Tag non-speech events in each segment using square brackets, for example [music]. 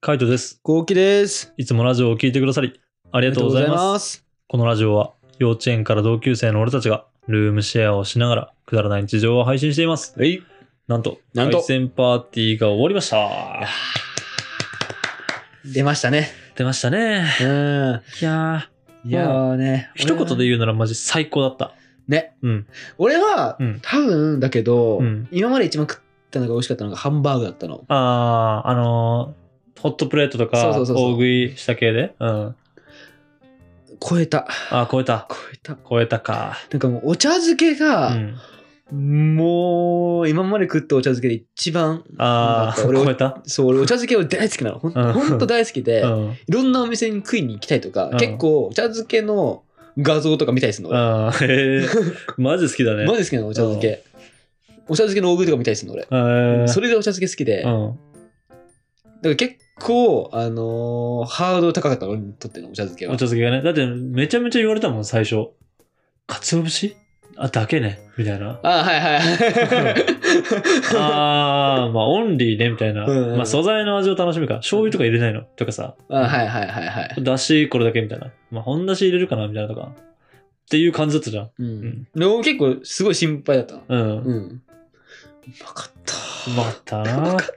カイトです。ゴーキです。いつもラジオを聞いてくださり、ありあがとうございます。す。このラジオは、幼稚園から同級生の俺たちが、ルームシェアをしながら、くだらない日常を配信しています。はい。なんと、なんと凱旋パーティーが終わりました。出ましたね。出ましたね。うん。いやいやーね。一言でう。言うならマジ最高だった。ね。うん。俺は、うん多分だけど、うん今まで一番食ったのが美味しかったのがハンバーグだったの。あー、あのーホットプレートとか、大そうそうそうそう食いした系で。うん。超えた。あー、超えた。超えた。超えたか。なんかもうお茶漬けうが、ん。もう今まで食ったお茶漬けで一番、あなんか俺ー、超えたそう、俺お茶漬けを大好きなの。ほんうんほんと大好きで、うん。いろんなお店に食いに行きたいとか、うん結構お茶漬けの画像とか見たりするの。俺あー、へえ。 [laughs] マジ好きだね。マジ好きなのお茶漬け。お茶漬けの大食いとか見たりするの俺。えそれでお茶漬け好きで、うだかん。ら結構、あのーハードル高かったの俺にとってのお茶漬けおは。茶。漬けがね。だって、めちゃめちゃ言われたもん、最初。かつお節あ、だけね。みたいな [laughs] あはいはいはい。 [laughs] あー、まあ、オンリーね、みたいな。うんうんまあ、素材の味を楽しむか。醤油とか入れないのとかさ。あはいはいはいはい。だし、これだけみたいな。まあ、本だし入れるかなみたいなとか。っていう感じだったじゃん。うん。でも結構すごい心配だったの。うん。ううん。うまかった。まかったうまなか。っ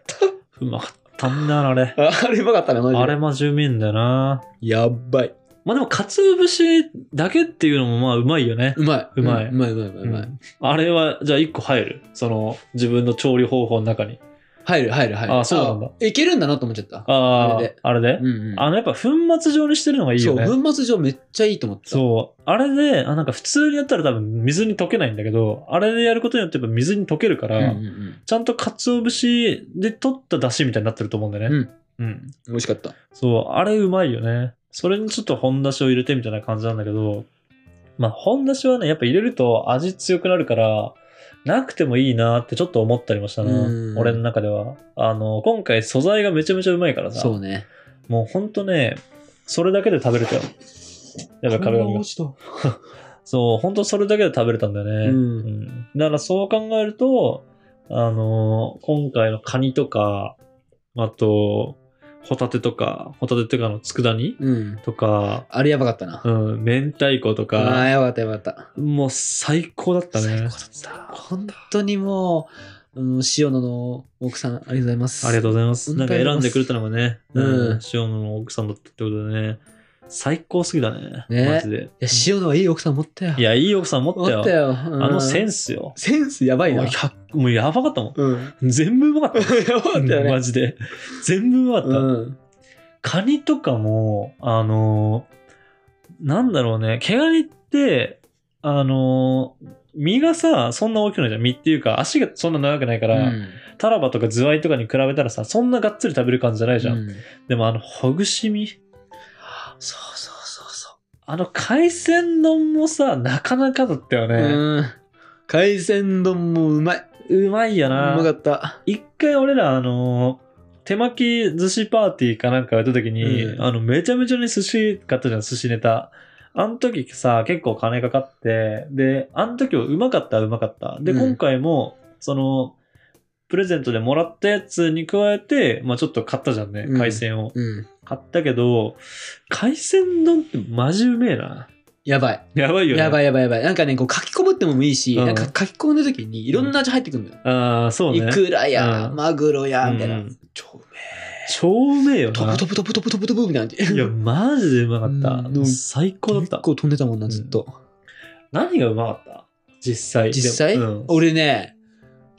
うまかったんだよな、あれ。た。ああれうまかったな、マジで。あれ、マジうめえんだよな。やっばい。まあ、でも、かつお節だけっていうのも、まあ、うまいよね。うまうい。まいんうまい、うまい、うまい。うまういんあれは、じゃあ、一個入る。その、自分の調理方法の中に。入る、入る、入る。あそうなんだあ。いけるんだなと思っちゃった。あああれであれで、うんうん。あの、やっぱ粉末状にしてるのがいいそよう、ね。そう。粉末状めっちゃいいと思った。あれで、あなんか普通にやったら多分水に溶けないんだけど、あれでやることによってやっぱ水に溶けるかうら、んうんうん。ちゃんと鰹節で取った出汁みたいになってると思うんだよね。うん。美味しかった。そう、あれうまいよね。それにちょっと本出汁を入れてみたいな感じなんだけど、まあ本出汁はね、やっぱ入れると味強くなるから、なくてもいいなってちょっと思ったりもしたなう。ん俺の中では。あの、今回素材がめちゃめちゃうまいからさ。そうね。もうほんとね、それだけで食べれたよ。やばい、壁紙が落。ちた。そう、ほんとそれだけで食べれたんだよね。うんんだからそう考えると、あのー今回のカニとか、あと、ホタテとか、ホタテとかの佃煮うん。とか、あれやばかったな。うん、明太子とああー、か、やばかったやばかった。もう最高だったね。最高だった本当にもう、うん、塩野の奥さん、ありがとうございます。ありがとうございます。本な当んにかありが選とんうございますでくれたのがね、うんうん、塩野の奥さんだったってことでね、最高すぎだね。ねマジで。いや、塩野はいい奥さん持ったよ。い、や、いい奥さん持っ持たっよた。よ。あのセンス。ンスよ。センスやばいもなう。100もうやばかったもうん。ん。全部うまかっ [laughs] やばた。かったよね。マジで。全部うまかった。うん。カニとかも、あのーなんだろうね、毛ガニって、あのー身がさ、そんな大きくないじゃん。身っていうか、足がそんな長くないかうら、んタラバとかズワイとかに比べたらさ、そんながっつり食べる感じじゃないじゃん。うんでもあの、ほぐし身。そうそうそうそあの、海鮮丼もさ、なかなかだったよう。ね。うん。海鮮丼もうまい。ううまいよな。まかった。一回俺らあの手巻き寿司パーティーかなんかやった時に、うんあのめちゃめちゃに寿司買ったじゃん寿司ネタあの時さ結構金かかってであの時はうまかったうまかったで、うん今回もそのプレゼントでもらったやつに加えて、まあ、ちょっと買ったじゃんねうん海鮮を、うん。買ったけど海鮮丼ってマジうめえなやばい。やばいよねやばいやばいやばい。なんかね、こう書き込むってのもいいし、うんなんか書き込んだ時にいろんな味入ってくるのよ。ああそうねいくらや、うんマグロや、みたいな。うん超うめ超うめえよえ。トブなトブトブトブトブトブみたいな感じ。いやマジでうまかった、うん最高だった結構飛んでたもんな、ずっと。何がうまかった実際。実際、でもうん俺ね、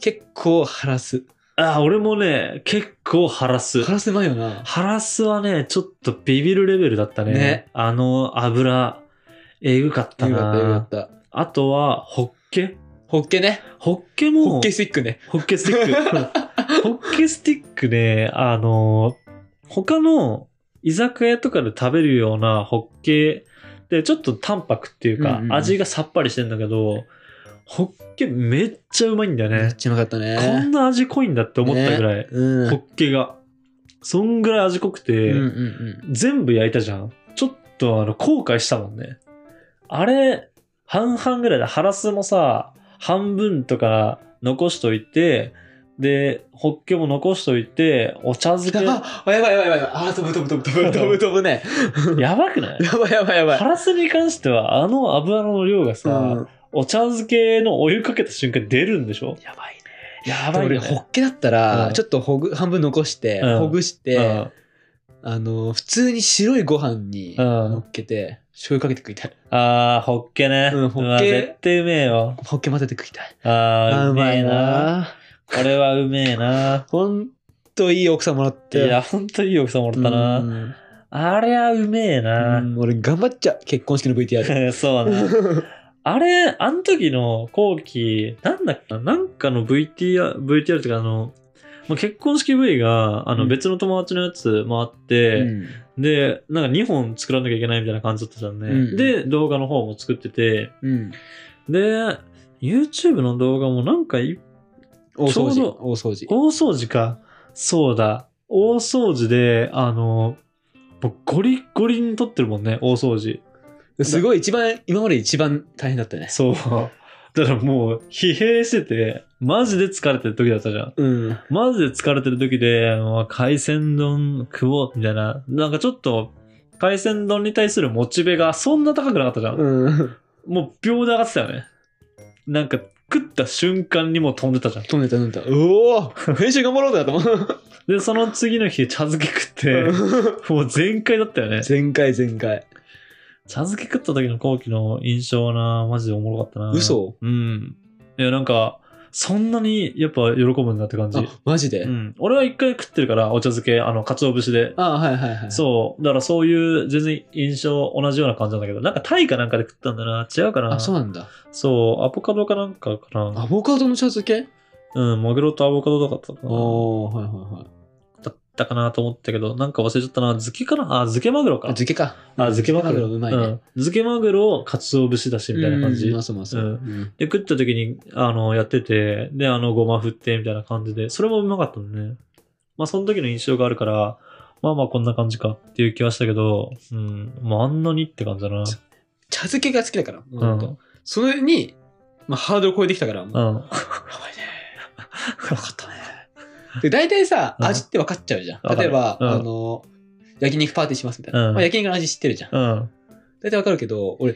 結構ハラス。あ、俺もね、結構ハラス。ハラスうまいよな。ハラスはね、ちょっとビビるレベルだったね。ねあの油、えぐかったよかったよかなっ。た。あとは、ホッケホッケね。ホッケも、ホッケスイックね。ホッケスティック。ホッケスティックね、あの、他の居酒屋とかで食べるようなホッケで、ちょっと淡白っていうか、うんうんうん味がさっぱりしてんだけど、ホッケめっちゃうまいんだよ [laughs] めねっ。ちゃうまかったこねん。な味濃いんだって思ったぐらい、ねうん。ホッケが。そんぐらい味濃くて、うんうんうん。全部焼いたじゃん。ちょっとあの後悔したもんね。あれ、半々ぐらいで、ハラスもさ、半分とか残しといて、で、ホッケも残しといて、お茶漬け。あ、やばいやばいやばい。あー、飛ぶ飛ぶ飛ぶ飛ぶ飛ぶ飛ぶね。やばくないやばいやばいやばいカ。ラスに関しては、あの油の量がさ、うんお茶漬けのお湯かけた瞬間出るんでしょやばいね。やでばい俺、よホね。ッケだったら、うんちょっとほぐ半分残して、うんほぐしうて、んあの、普通に白いご飯にうん乗っけて、醤油かけて食いたい。あー、ホッケね。うんホッケわ絶対うめえよ。ホッケ混ぜて食いたい。ああー、ーううまめえいな。な。これはうめえ [laughs] な。ほんといい奥さんもらっいて。や、ほんといい奥さんもらうったな。んあれはうめえうな。ん俺、頑張っちゃう、結婚式の [laughs] VTR。そうな。 [laughs] あれ、あの時の後期、なんだっけな、なんかの VTR、VTR っていうか、あの、もう結婚式 V が、あうの、ん別の友達のやつもあって、で、なんか2本作らなきゃいけないみたいな感じだったじゃんね。うんで、動画の方も作ってて、うん。で、YouTube の動画もなんかい大掃ちょう除ど。大掃除。大掃除か。そうだ。大掃除で、あの、もうゴリッゴリに撮ってるもんね、大掃除。すごい、一番、今まで一番大変だったね。そう。 [laughs] だからもう、疲弊してて、マジで疲れてる時だったじゃん。うん。マジで疲れてる時で、もう海鮮丼食おう、みたいな。なんかちょっと、海鮮丼に対するモチベがそんな高くなかったじゃん。うん。もう秒で上がってたよね。なんか、食った瞬間にもう飛んでたじゃん。飛んでた、飛んでた。おお編集頑張ろうだと思う。で、その次の日、茶漬け食って、もう全開だったよね。前回、前回。茶漬け食った時の後期の印象はな、マジでおもろかったな。嘘うん。いや、なんか、そんなにやっぱ喜ぶんだって感じ。あ、マジでうん。俺は一回食ってるから、お茶漬け、あの、鰹節で。あはいはいはい。そう。だからそういう、全然印象同じような感じなんだけど、なんかタイかなんかで食ったんだな。違うかな。あ、そうなんだ。そうアボカドかなんかかな。アボカドの茶漬けうん、マグロとアボカドとかだったかな。おー、はいはいはい。だったかなと思ったけど、なんか忘れちゃったな。漬けかなあ、漬けマグロあか。漬けか。あ、漬けマグロ。うまいね。ん。漬けマグロ、鰹節だし、みたいな感じ。うんうまそううまそう。ううんで、食った時に、あの、やってて、で、あの、ごま振って、みたいな感じで、それもうまかったのね。まあ、その時の印象があるから、まあまあ、こんな感じかっていう気はしたけど、うん、まあ、あんなにって感じだな。茶漬けが好きだから、もううほんん。とそれに、まあ、ハードル超えてきたから、もううやん。ばいね。分かったね。 [laughs] で、大体さ、うん味って分かっちゃうじゃわかん。る例えば、うんあの、焼肉パーティーしますみたいな。うんまあ、焼肉の味知ってるじゃん。うん。大体分かるけど、俺、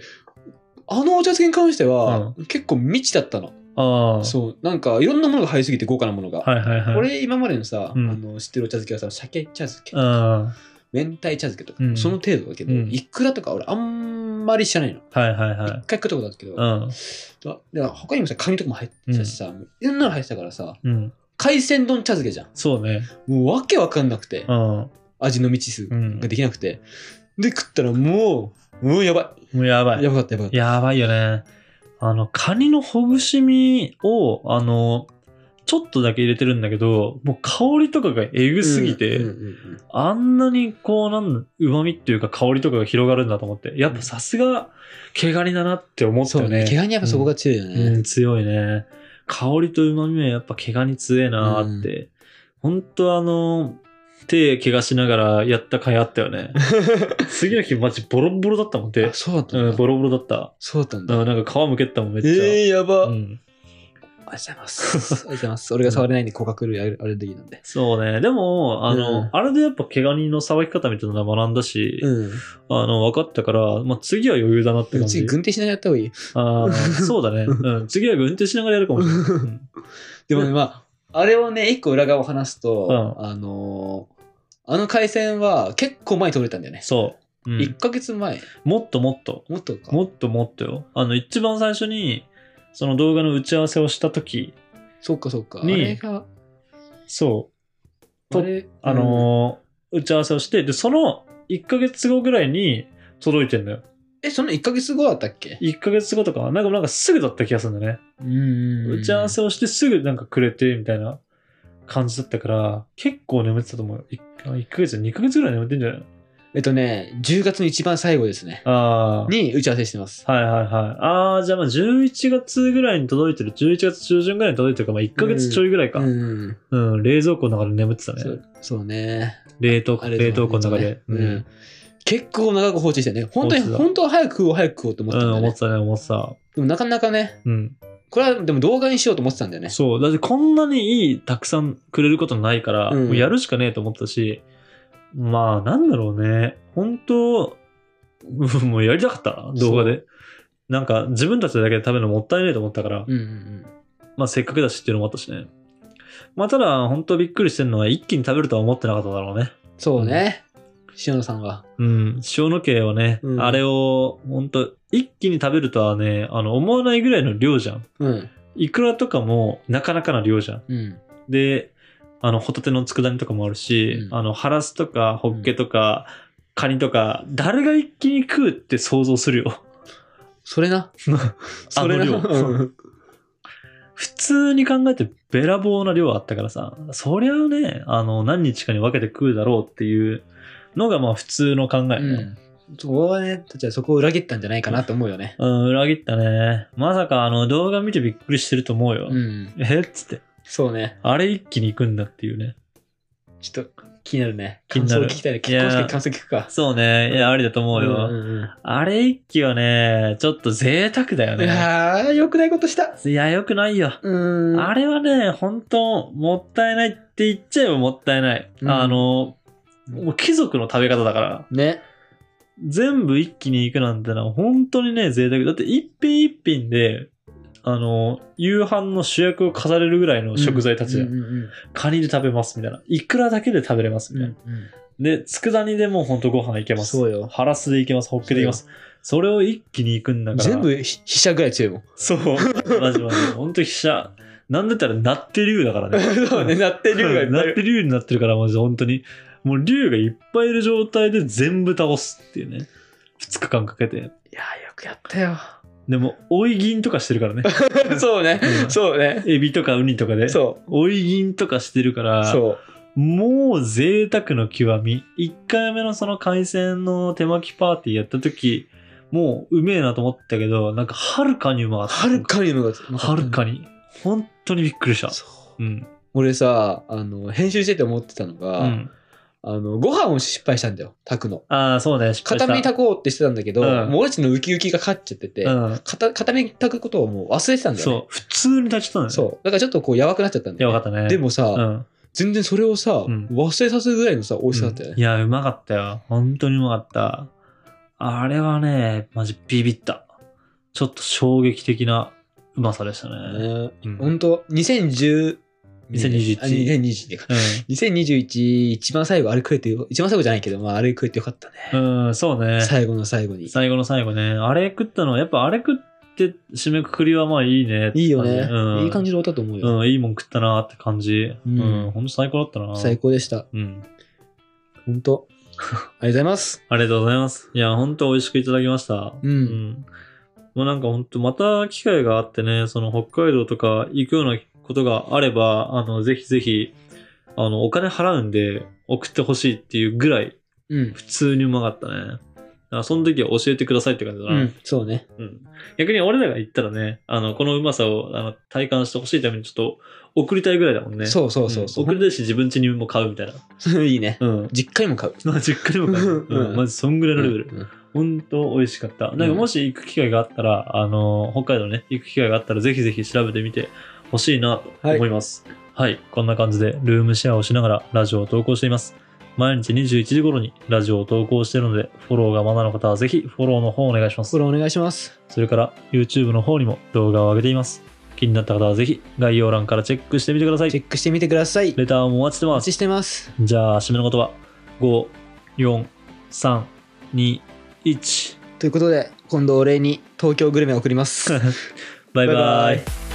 あのお茶漬けに関しては、結構未知だったの。ああ。そう、なんかいろんなものが入りすぎて豪華なものが。はいはいはい。俺今までのさ、うんあの知ってるお茶漬けはさ鮭茶漬けうん。は明太茶漬けとか、うんその程度だけど、うんいくらとか俺あんまり知らないいのはい一、はい。回食ったことあるけど、うん。だだから他にもさカニとかも入ってたしさ、もういろんなの入ってたからさうん。海鮮丼茶漬けじゃそうね。んもうわけわかんなくて、うん。も味の未知数うんができなくて、で食ったらもうもうやばうやばいいや。ばかったやばかったやばいよね。あの、カニのほぐし身を、あの、ちょっとだけ入れてるんだけど、もう香りとかがえぐすぎて、うんうんうんうんあんなにこう、なん、旨味っていうか香りとかが広がるんだと思って、やっぱさすが、毛ガニだなって思ったそうよね。ね毛ガニやっぱそこが強いよね、うん、強いね。香りと旨味はやっぱ毛ガニ強えなーって。ほんとあの、手怪我しながらやった甲斐あったよ [laughs] ね。次の日マジボロボロだったもん、手あ。そうだったんだ、うん、ボロボロだった。そうだったんだ、うんなんか皮むけてたもん、めっちゃ。えー、やば、うん、ありがとうございます。ありがとうございます。俺が触れないんで、甲殻類アレルギーなんで。そうね。でも、あの、うんあれでやっぱ毛ガニのさばき方みたいなのは学んだし、うん。あの、分かったから、まあ、次は余裕だなってでも感じ。次、軍手しながらやった方がいい。 [laughs] あー [laughs] そうだね。うん、次は運転しながらやるかもしれない。うんでもね、まあ、あれをね、一個裏側を話すと、うあのーあの回線は結構前に取れたんだよね。そう、うん一1ヶ月前もっともっと、もっとか。もっともっとよ。あの、一番最初に、その動画の打ち合わせをした時そっかそっか。あにれが、そう、とあれ、あのー打ち合わせをして、で、その1ヶ月後ぐらいに届いてんだよ。え、その1ヶ月後だったっけ1ヶ月後とか、なんかなんかすぐだった気がするんだよね。うん打ち合わせをしてすぐなんかくれてみたいな感じだったから、結構眠ってたと思うよ。1, ヶ月、2ヶ月ぐらい眠ってんじゃないえっとね、10月の一番最後ですね。あに打ち合わせしてます。あ。はいはいはい。ああ、じゃあまあ11月ぐらいに届いてる、11月中旬ぐらいに届いてるから、まあ1ヶ月ちょいぐらいか。ううん、ん。冷蔵庫の中で眠ってたそね。うそうね。冷凍庫、あれだね冷凍庫の中で。ううんん。結構長く放置してね。本当に、放置だ本当は早く食おう、早く食おうと思っうてたんん、だよね思ってたね、思ってた。でもなかなかね、うん。これはでも動画にしようと思ってたんだよね。そう。だってこんなにいい、たくさんくれることないから、うんもうやるしかねえと思ったし、まあ、なんだろうね。本当 [laughs] うんもうやりたかった、動画で。なんか、自分たちだけで食べるのもったいねえと思ったから、うんうんうん。まあ、せっかくだしっていうのもあったしね。まあ、ただ、本当びっくりしてるのは、一気に食べるとは思ってなかっただろうね。そうね。塩野さんは。うん、塩の系はね、うんあれを、本当一気に食べるとはね、あの、思わないぐらいの量じゃん。うん。いくらとかも、なかなかな量じゃん。うん。で、あの、ホタテの佃煮とかもあるし、うんあの、ハラスとか、ホッケとか、カニとか、誰が一気に食うって想像するよ。 [laughs] それな。それな。あの量うん普通に考えてべらぼうな量あったからさ、そりゃあね、あの、何日かに分けて食うだろうっていうのが、まあ、普通の考え、ね。うん。そこはね、たちはそこを裏切ったんじゃないかなと思うよね。うん、裏切ったね。まさかあの動画見てびっくりしてると思うよ。うん。えっつって。そうね。あれ一気に行くんだっていうね。ちょっと気になるね。気になる感想聞きたいね。い結や婚式感想聞くか。そうね。いや、ありだと思うよ。んんうんあれ一気はね、ちょっと贅沢だよいね。やー、良くないことした。いや、よくないよ。うあれはね、本当もったいないって言っちゃえばもったいない。うんあの、もう貴族の食べ方だから、ね。全部一気に行くなんてのは本当にね、贅沢。だって一品一品で、あの、夕飯の主役を飾れるぐらいの食材たちだようんうんカニで食べますみたいな。イクラだけで食べれますうんみうたいな。んうんで、佃煮でもうほんとご飯いけます。そうよハラスでいけます。ホッケでいけます。それを一気にいくんだから。全部ひ飛車ぐらい強いもん。そう。マジマジ。ほんと飛車。なんだったら、なって竜だからね。 [laughs] [laughs] そうね、なってるがいっなぱっいいて竜る。になってるから、マジで本当に。もう竜がいっぱいいる状態で全部倒すっていうね。2日間かけて。いやー、よくやったよ。でも、追い銀とかしてるから [laughs] ね。そうねう、んそうね。エビとかウニとかで。そ追い銀とかしてるかう。ら。そう。もう贅沢の極み。1回目のその海鮮の手巻きパーティーやった時、もううめえなと思ったけど、なんかはるかにうまかった。はるかにうまかった。はるかに。に。本当にびっくりした。そううん。俺さ、あの、編集してて思ってたのうが、ん。あの、ご飯を失敗したんだよ、炊くの。ああ、そうね。失敗した。片目に炊こうってしてたんだけど、うんもう俺たちのウキウキが勝っちゃってて、うん。片片目に炊くことをもう忘れてたんだよ、ね。そう。普通に立ちゃったのね。そう。だからちょっとこう、やばくなっちゃったんだやよ、ばかったね。で、もさ、うん。全然それをさ、ん忘れさせるぐらいのさ、美味しさだったよいね。や、うまかったよ。本当にうまかった。あれはね、マジビビった。ちょっと衝撃的なうまさでしたね。ねうん。本当2010、 2021あ2021か。う2021一番最後あれ食えてよ一番最後じゃないけど、まあ、あれ食えてよかったね、ん。うん、そうね。最後の最後に最後の最後ね。あれ食ったのは、やっぱあれ食って締めくくりはまあいいねって感じ。いいよね、うん。いい感じの歌だと思うよ、うん、いいもん食ったなって感じ。ううんん、ほんと最高だったな。最高でしたうん。本 [laughs] 当ありがとうございますありがとうございます。いや、ほんと美味しくいただきました。うんもうなんかほんと、また機会があってね、その北海道とか行くようなことがあれば、あの、ぜひぜひ、あの、お金払うんで送ってほしいっていうぐらい、うん、普通にうまかったね。だからその時は教えてくださいって感じだうな。ん、そうねうん、逆に俺らが行ったらね、あの、このうまさをあの体感してほしいためにちょっと送りたいぐらいだもんね。そうそうそうそん送りたいし自分家にも買うみたいな。う、 [laughs] いいねうん。実家にも買う、まあ、じっくりも買う。うんうん。まずそんぐらいのレベル。うんほんと美味しかった。なんかもし行く機会があったら、あの、北海道ね、行く機会があったらぜひぜひ調べてみてほしいなと思います。はい、こんな感じでルームシェアをしながらラジオを投稿しています。毎日21時頃にラジオを投稿しているので、フォローがまだの方はぜひフォローの方お願いしますこ。れお願いしますそれから YouTube の方にも動画を上げています。気になった方はぜひ概要欄からチェックしてみてくださチい。ェックしてみてくださいレターもお待ちしておま待す。ちしてますじゃあ、締めの言葉。5、4、3、2、1。ということで今度お礼に東京グルメを送りますバイバイ。バイバイ